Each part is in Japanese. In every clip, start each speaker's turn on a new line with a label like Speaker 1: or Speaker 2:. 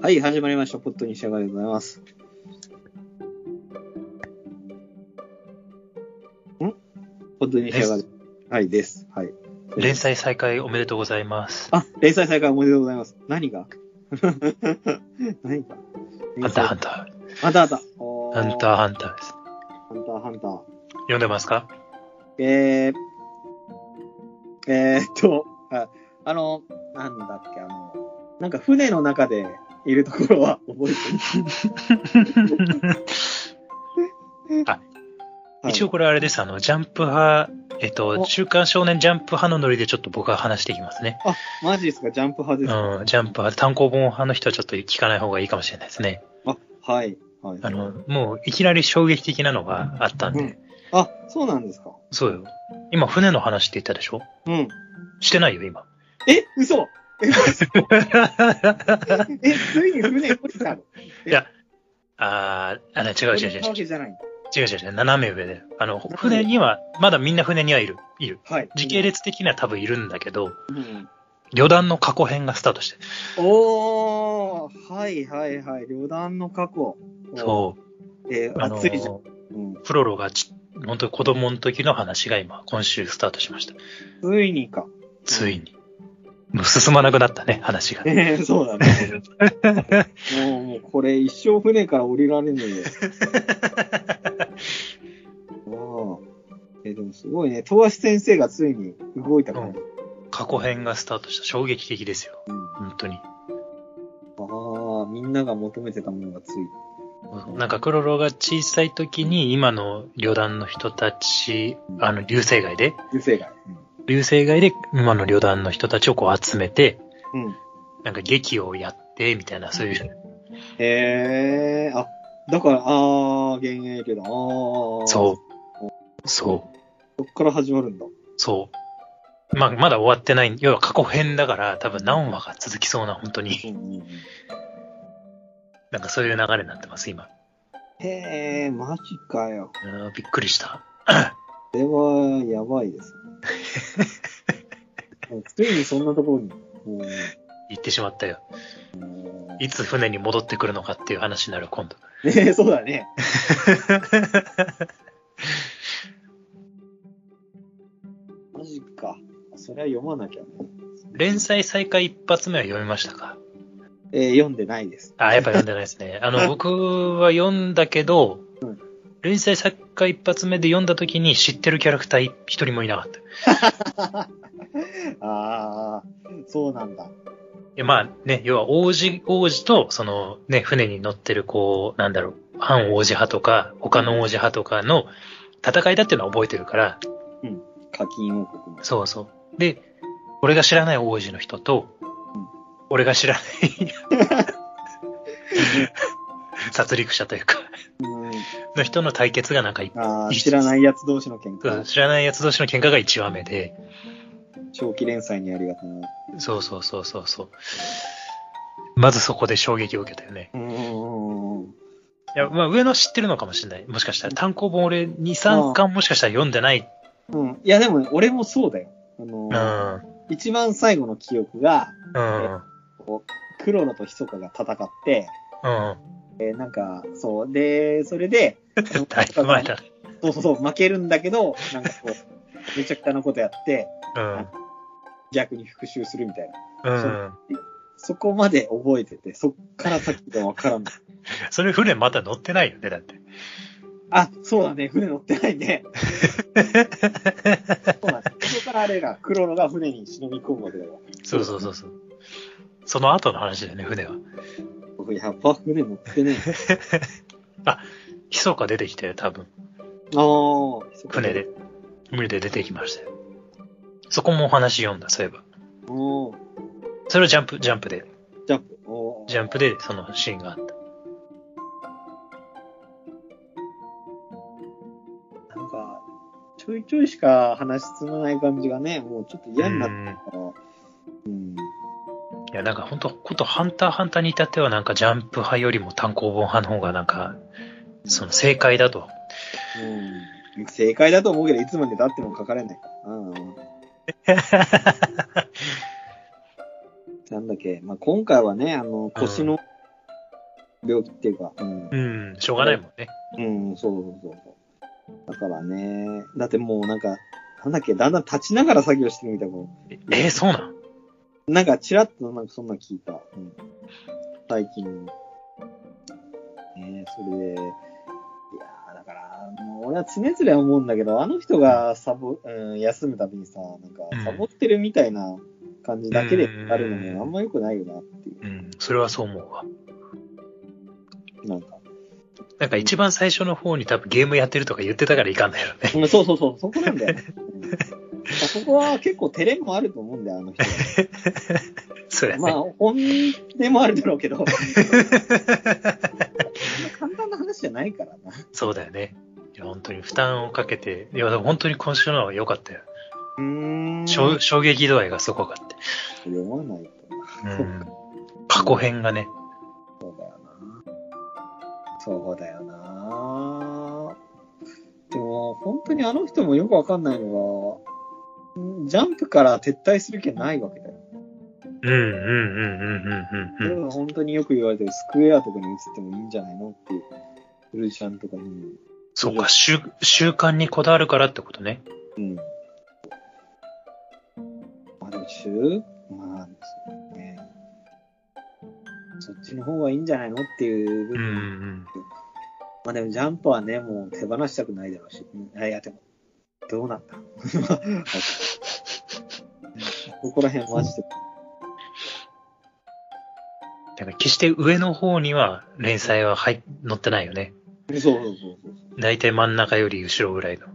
Speaker 1: はい、始まりました。ポットにしゃがでございます。んポットにしゃがで。はい、です。はい。
Speaker 2: 連載再開おめでとうございます。
Speaker 1: あ、連載再開おめでとうございます。何が 何が
Speaker 2: ハンターハンタ
Speaker 1: ハンターハンター。
Speaker 2: ー。
Speaker 1: お
Speaker 2: ハンターハンターです。
Speaker 1: ハンターハンター。
Speaker 2: 読んでますか
Speaker 1: えー、えーっと、ああの、なんだっけ、あの、なんか船の中でいるところは覚えてる。
Speaker 2: あ
Speaker 1: はい
Speaker 2: 一応これあれです。あの、ジャンプ派、えっと、
Speaker 1: お
Speaker 2: 週刊少年ジャンプ派のノリでちょっと僕は話していきますね。
Speaker 1: マジですか、ジャンプ派
Speaker 2: う
Speaker 1: ですか、
Speaker 2: ん、ジャンプ派、単行本派の人はちょっと聞かない方がいいかもしれないですね。
Speaker 1: あ、はい。はい。
Speaker 2: あの、もういきなり衝撃的なのがあったん
Speaker 1: う
Speaker 2: で
Speaker 1: ん。あ、そうなんですか。
Speaker 2: そうよ。今、船の話って言ったでしょ
Speaker 1: うん。
Speaker 2: してないよ、今。
Speaker 1: え、嘘え、嘘え、ついに船降りた の
Speaker 2: いや、あー、あの、違う違う
Speaker 1: 降り
Speaker 2: 違う
Speaker 1: たわけじゃないんだ。
Speaker 2: 違う違う違う、斜め上で。あの、
Speaker 1: 上
Speaker 2: 船には、まだみんな船にはいる。いる。
Speaker 1: はい。
Speaker 2: 時系列的には多分いるんだけど、
Speaker 1: うん。
Speaker 2: 旅団の過去編がスタートして。
Speaker 1: おー、はいはいはい。旅団の過去。
Speaker 2: そう。
Speaker 1: う。えー
Speaker 2: あの
Speaker 1: 熱いじゃん。うん
Speaker 2: プロロがち、本当に子供の時の話が今、今週スタートしました。
Speaker 1: ついにか。
Speaker 2: ついに。もう進まなくなったね、話が。
Speaker 1: ええそうだね。もう、もうこれ一生船から降りられねえ よ。ああ。えでもすごいね。富樫先生がついに動いたから、ね
Speaker 2: 過去編がスタートした。衝撃的ですよ。本当に。
Speaker 1: うんああ、みんなが求めてたものがつい
Speaker 2: なんかクロロが小さい時に今の旅団の人たち、
Speaker 1: うん
Speaker 2: あの、流星街で、
Speaker 1: 流星が。
Speaker 2: 流星街で今の旅団の人たちをこう集めて、
Speaker 1: うん。うん
Speaker 2: なんか劇をやって、みたいな、そういう、
Speaker 1: へえあ、だから、ああ、幻影けど、ああ。
Speaker 2: そう。そう。
Speaker 1: う。そっから始まるんだ。
Speaker 2: そう。まあ、まだ終わってない、要は過去編だから、多分何話か続きそうな、本当
Speaker 1: う
Speaker 2: に。
Speaker 1: んうんうん
Speaker 2: なんかそういう流れになってます、今。
Speaker 1: へえ、マジかよ。
Speaker 2: うーんびっくりした。
Speaker 1: これは、やばい ですね。ついにそんなところに、もう
Speaker 2: 行ってしまったよ。
Speaker 1: も
Speaker 2: いつ船に戻ってくるのかっていう話になる、今度。
Speaker 1: う、ねえ、そうだ ね。マジか。それは読まなきゃね。
Speaker 2: 連載再開一発目は読みましたか
Speaker 1: えー読んでないです。
Speaker 2: あ、やっぱ読んでないです ね。あの、僕は読んだけど、連載再開一発目で読んだ時に知ってるキャラクターい一人もいなかった。い
Speaker 1: ああ、そうなんだ。
Speaker 2: やまあね、要は王子、王子と、そのね、船に乗ってる、こう、なんだろう、反王子派とか、他の王子派とかの戦いだっていうのは覚えてるから、
Speaker 1: 課金王国も。
Speaker 2: そうそう。で、俺が知らない王子の人と、俺が知らない殺戮者というか、
Speaker 1: うん
Speaker 2: の人の対決がなんかい、
Speaker 1: あー
Speaker 2: いい
Speaker 1: 知らない奴同士の喧嘩。
Speaker 2: 知らない奴同士の喧嘩が1話目で、
Speaker 1: 長期連載にありがとうな。
Speaker 2: そうそうそうそうそう。まずそこで衝撃を受けたよね。
Speaker 1: うーん。
Speaker 2: いや、まあ上の知ってるのかもしれない。もしかしたら単行本俺2、3巻もしかしたら読んでない。
Speaker 1: うん。いや、でも、俺もそうだよ。あの
Speaker 2: う
Speaker 1: ー、
Speaker 2: ん。
Speaker 1: 一番最後の記憶が、
Speaker 2: うん。
Speaker 1: クロロとヒソカが戦って、
Speaker 2: うん。
Speaker 1: えーなんか、そう。で、それで、あの
Speaker 2: だいぶ前だ。
Speaker 1: そうそうそう、負けるんだけど、なんかこう、めちゃくちゃなことやって、
Speaker 2: うん。
Speaker 1: 逆に復讐するみたいな。
Speaker 2: うん。
Speaker 1: そこまで覚えてて、そっから先がわからん。
Speaker 2: それ船まだ乗ってないよね、だって。
Speaker 1: あ、そうだね、船乗ってない ね。そうなんです。そこからあれが、クロロが船に忍び込むわけだよ。
Speaker 2: そうそうそうそう。その後の話だよね、船は。
Speaker 1: 僕、やっぱ船乗ってねえ。
Speaker 2: ひそか出てきたよ、多分。
Speaker 1: ああ、
Speaker 2: 船で。。船で出てきましたよ。そこもお話読んだ、そういえば。
Speaker 1: おー
Speaker 2: それはジャンプ、ジャンプで。
Speaker 1: ジャンプ。おー
Speaker 2: ジャンプでそのシーンがあった。
Speaker 1: なんか、ちょいちょいしか話進まない感じがね、もうちょっと嫌になって
Speaker 2: うん
Speaker 1: たから。うん。
Speaker 2: いや、なんか本当ことハンターハンターに至ってはなんかジャンプ派よりも単行本派の方がなんか、その正解だ と。
Speaker 1: うん。正解だと思うけど、いつまで経っても書かれないから。うん。なんだっけ、まあ、今回はね、あの、腰の病気っていうか、うん
Speaker 2: う。ん、しょうがないもんね。
Speaker 1: うん、そうそうそうそう。だからね、だってもうなんか、なんだっけ、だんだん立ちながら作業してるみたいなこ
Speaker 2: えー、そうなん
Speaker 1: と。なんか、ちらっとなんかそんなの聞いた。うん、最近。ねそれで、いやーだから、もう俺は常々思うんだけど、あの人がサボ、うん、休むたびにさ、なんか
Speaker 2: うん、
Speaker 1: サボってるみたいな感じだけであるの
Speaker 2: うん
Speaker 1: もあんま良くないよなっていう
Speaker 2: う。ん、それはそう思うわ。
Speaker 1: なんか、
Speaker 2: なんか一番最初の方に多分ゲームやってるとか言ってたからいかんだよね。
Speaker 1: うんそうそうそう、そこなんだよね。うんだからそこは結構照れもあると思うんだよ、あの人は。
Speaker 2: そうやね。
Speaker 1: まあ、本でもあるだろうけど、そんな簡単な話じゃないからな。
Speaker 2: そうだよね。いや、本当に負担をかけて、いや、でも本当に今週のは良かったよ。
Speaker 1: うーん。
Speaker 2: しょ衝撃度合いがすごかった。
Speaker 1: 読まないと。
Speaker 2: うん。過去編がね。
Speaker 1: そうだよな。そうだよな。でも、本当にあの人もよくわかんないのが、んジャンプから撤退する気はないわけだよ。
Speaker 2: うんうんうんうんうん
Speaker 1: そ
Speaker 2: うん
Speaker 1: れ
Speaker 2: うん。
Speaker 1: は本当によく言われてる、スクエアとかに移ってもいいんじゃないのっていう。フルシャンとかに。
Speaker 2: そうか、習習慣にこだわるからってことね。
Speaker 1: うん。まあでも週、まあ、そうね。そっちの方がいいんじゃないのっていう部
Speaker 2: うんう
Speaker 1: 分。
Speaker 2: ん。
Speaker 1: まあでもジャンプはね、もう手放したくないだろうし。うん、あいや、でも、どうなん だここら辺マジで。
Speaker 2: だから決して上の方には連載は入っ載ってないよね。
Speaker 1: そうそうそうそう。
Speaker 2: 大体真ん中より後ろぐらいの。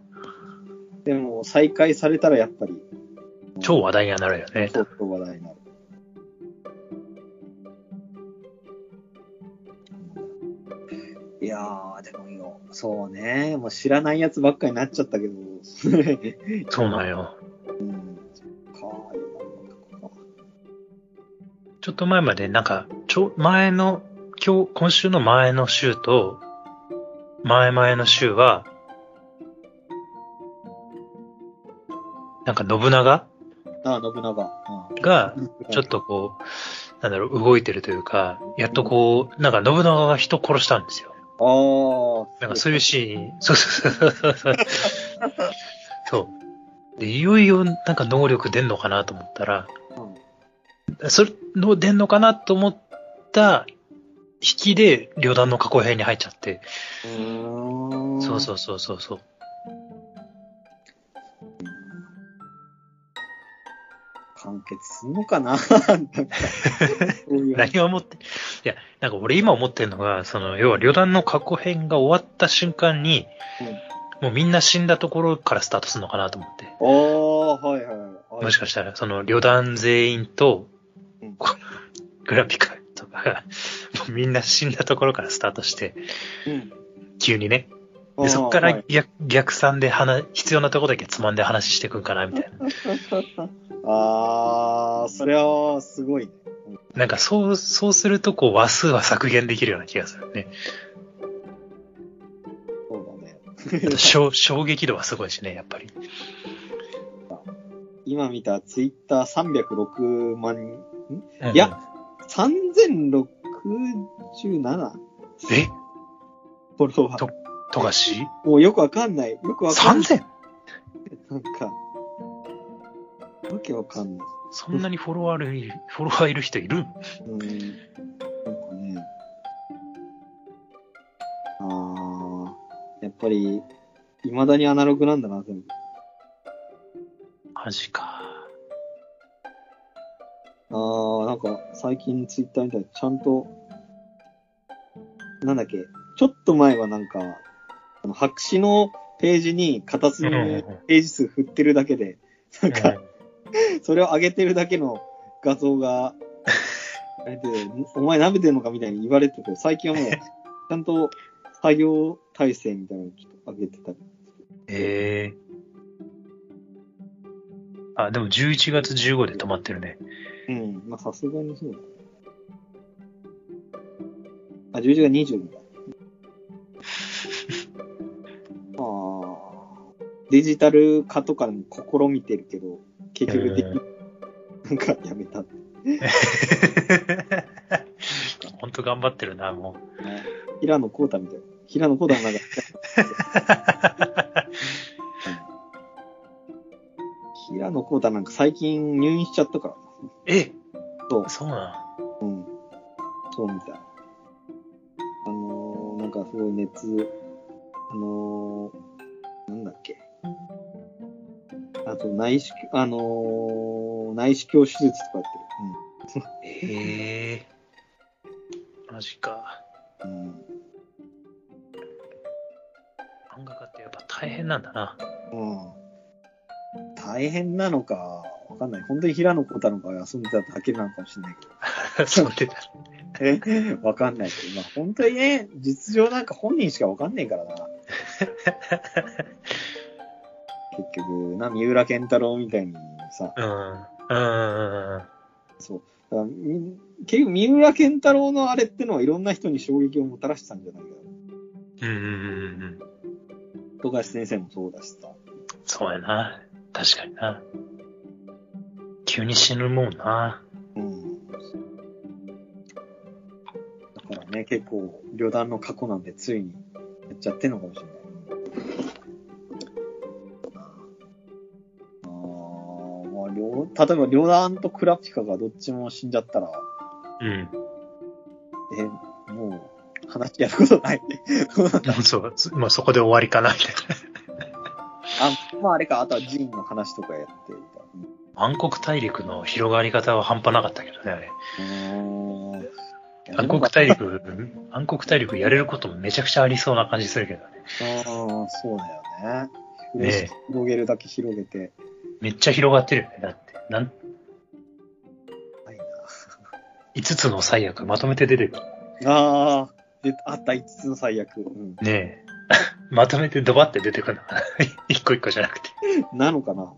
Speaker 1: でも、再開されたらやっぱり、
Speaker 2: 超話題にはなるよね
Speaker 1: ち。ょっと話題になる。いやー、でもよ、そうね、もう知らないやつばっかりになっちゃったけど、
Speaker 2: そうなんよ。
Speaker 1: うん、そっかーよかっ
Speaker 2: ちょっと前までなんか、ちょ、前の、今日、今週の前の週と、前々の週は、なんか信長
Speaker 1: たあー、信長。
Speaker 2: が
Speaker 1: う、ん、
Speaker 2: ちょっとこう、なんだろう、動いてるというか、やっとこう、なんか信長が人殺したんですよ。
Speaker 1: と、あー、
Speaker 2: なんかそういうシーン、そうそうそうそうそう。そう。で、いよいよなんか能力出んのかなと思ったら、
Speaker 1: うん
Speaker 2: それの出んのかなと思った引きで旅団の過去編に入っちゃって、
Speaker 1: うーん
Speaker 2: そうそうそうそうそう。
Speaker 1: 完結すんのかな なんかそういう
Speaker 2: 何を思って、いや、なんか俺今思ってるのが、その、要は旅団の過去編が終わった瞬間に、もうみんな死んだところからスタートするのかなと思って。
Speaker 1: あー、はいはいはい。
Speaker 2: もしかしたら、その、旅団全員と
Speaker 1: うん、
Speaker 2: こグラピカとか が、もうみんな死んだところからスタートして、
Speaker 1: うん
Speaker 2: 急にね。
Speaker 1: あー
Speaker 2: で、そこから
Speaker 1: はい
Speaker 2: 逆,、逆算で話、必要なところだけつまんで話していくんかな、みたいな。
Speaker 1: あー、それはすごいね。
Speaker 2: なんか、そう、そうすると、こう、話数は削減できるような気がす るね。
Speaker 1: そうだね。
Speaker 2: あと衝衝撃度はすごいしね、やっぱり。
Speaker 1: 今見たツイッター306万人、
Speaker 2: うん
Speaker 1: いや。3067?
Speaker 2: え
Speaker 1: フォロワ
Speaker 2: と
Speaker 1: ー。
Speaker 2: 富樫
Speaker 1: もうよくわかんない。よくわかんない。
Speaker 2: ?3000?
Speaker 1: なんか、わけわかんない。
Speaker 2: そんなにフォロワーいる、フォロワーいる人いる
Speaker 1: うん。なんかね。あー、やっぱり、未だにアナログなんだな、全部。
Speaker 2: マジか。
Speaker 1: ああ、なんか最近ツイッターみたいにちゃんと、なんだっけ、ちょっと前はなんか、あの白紙のページに片隅
Speaker 2: うんうんうん
Speaker 1: にページ数振ってるだけで、なんか、それを上げてるだけの画像が、あれで、お前舐めてんのかみたいに言われてて、最近はも う、ちゃんと作業体制みたいなのちょっと上げてたり。
Speaker 2: ええあ、でも11月15で止まってるね。
Speaker 1: うん、まあさすがにそうだ。あ、11が22だ。まあ、デジタル化とかも試みてるけど、結局でき、
Speaker 2: う
Speaker 1: なんかやめた。
Speaker 2: 本当頑張ってるな、もう。
Speaker 1: ね平野幸太みたいな。平野幸太の中で。平野幸太なんか最近入院しちゃったから。
Speaker 2: え
Speaker 1: そう
Speaker 2: そうな
Speaker 1: うん。そうみたい。あのー、なんかすごい熱、あのー、なんだっけ。あと内視鏡、あのー、内視鏡手術とかやって
Speaker 2: の
Speaker 1: る。
Speaker 2: ええマジか。
Speaker 1: うん。うん
Speaker 2: 漫画家ってやっぱ大変なんだな。
Speaker 1: うん大変なのか、わかんない。本当に平野幸太の場合は遊んでただけなのかもしれない
Speaker 2: そうでた。
Speaker 1: けど。えわかんないけど、まあ本当にね、実情なんか本人しかわかんねえからな。結局、な、三浦健太郎みたいにさ、
Speaker 2: うん。うん。うん
Speaker 1: そう。だからみ結局、三浦健太郎のあれってのはいろんな人に衝撃をもたらしてたんじゃないか
Speaker 2: うんうんうん。
Speaker 1: な。富樫先生もそうだしさ。
Speaker 2: そうやな。確かにな。急に死ぬもんな。
Speaker 1: うん。だからね、結構、旅団の過去なんで、ついにやっちゃってんのかもしれない。あーまあ両例えば、旅団とクラピカがどっちも死んじゃったら、
Speaker 2: うん。
Speaker 1: え、もう、話やることない。
Speaker 2: そう、まあ、そこで終わりかな、みたい
Speaker 1: あ、まああれか、あとはジンの話とかやってみた。
Speaker 2: な。暗黒大陸の広がり方は半端なかったけどね、あれ。暗黒大陸、暗黒大陸やれることもめちゃくちゃありそうな感じするけどね。
Speaker 1: ああ、そうだよね。
Speaker 2: ねえ
Speaker 1: 広げるだけ広げて。
Speaker 2: めっちゃ広がってるよね、だって。なん
Speaker 1: ない
Speaker 2: 5つの最悪まとめて出てくる。
Speaker 1: な。ああ、で、あった、5つの最悪。うん。
Speaker 2: ねえ。まとめてドバって出てくるのかな。一個一個じゃなくて。
Speaker 1: なのか な。でも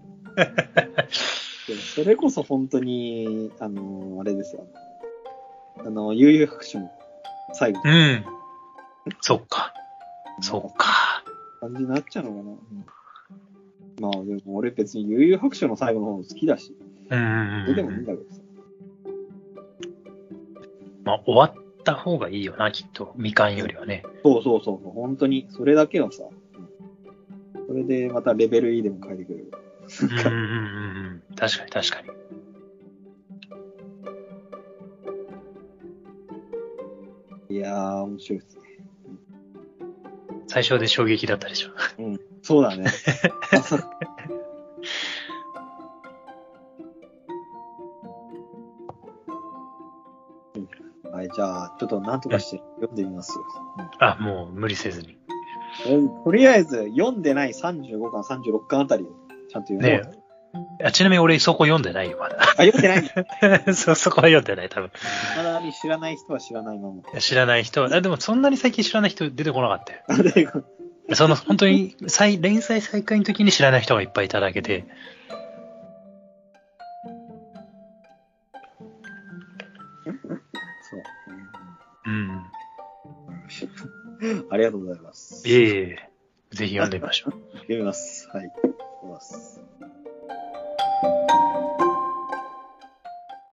Speaker 1: それこそ本当に、あのーあれですよ。あの、悠々白書も最後の
Speaker 2: うん。そっか。そっか。
Speaker 1: 感じになっちゃうのかな。うん、まあ、でも俺別に悠々白書の最後の方も好きだし、
Speaker 2: うんうん
Speaker 1: そ
Speaker 2: う
Speaker 1: れ
Speaker 2: ん
Speaker 1: でもいいんだけどさ。
Speaker 2: まあ、終わった方がいいよな、きっと。みかんよりはね。
Speaker 1: そうそうそうそう、本当に、それだけはさ、うんそれでまたレベル E でも変えてくれる。
Speaker 2: うんうんうんうんうん。確かに確かに。
Speaker 1: いやー、面白いですね。
Speaker 2: 最初で衝撃だったでしょ。
Speaker 1: そうだ ね。はい、じゃあ、ちょっとなんとかして読んでみますよ。
Speaker 2: あ、もう無理せずに。
Speaker 1: うんとりあえず、読んでない35巻、36巻あたりをちゃんと読
Speaker 2: ね
Speaker 1: む。
Speaker 2: え。あちなみに俺そこ読んでないよ、ま
Speaker 1: あ、読んでない。
Speaker 2: だ。 そ、そこは読んでない、多分。
Speaker 1: まだに知らない人は知らない まま。
Speaker 2: 知らない人は、あでもそんなに最近知らない人出てこなかったよ。
Speaker 1: あれが
Speaker 2: その本当に再連載再開の時に知らない人がいっぱいいただけて、
Speaker 1: そう。
Speaker 2: うん。
Speaker 1: うんありがとうございます。
Speaker 2: いえいえ、ぜひ読んでみましょう。
Speaker 1: 読みます。はい。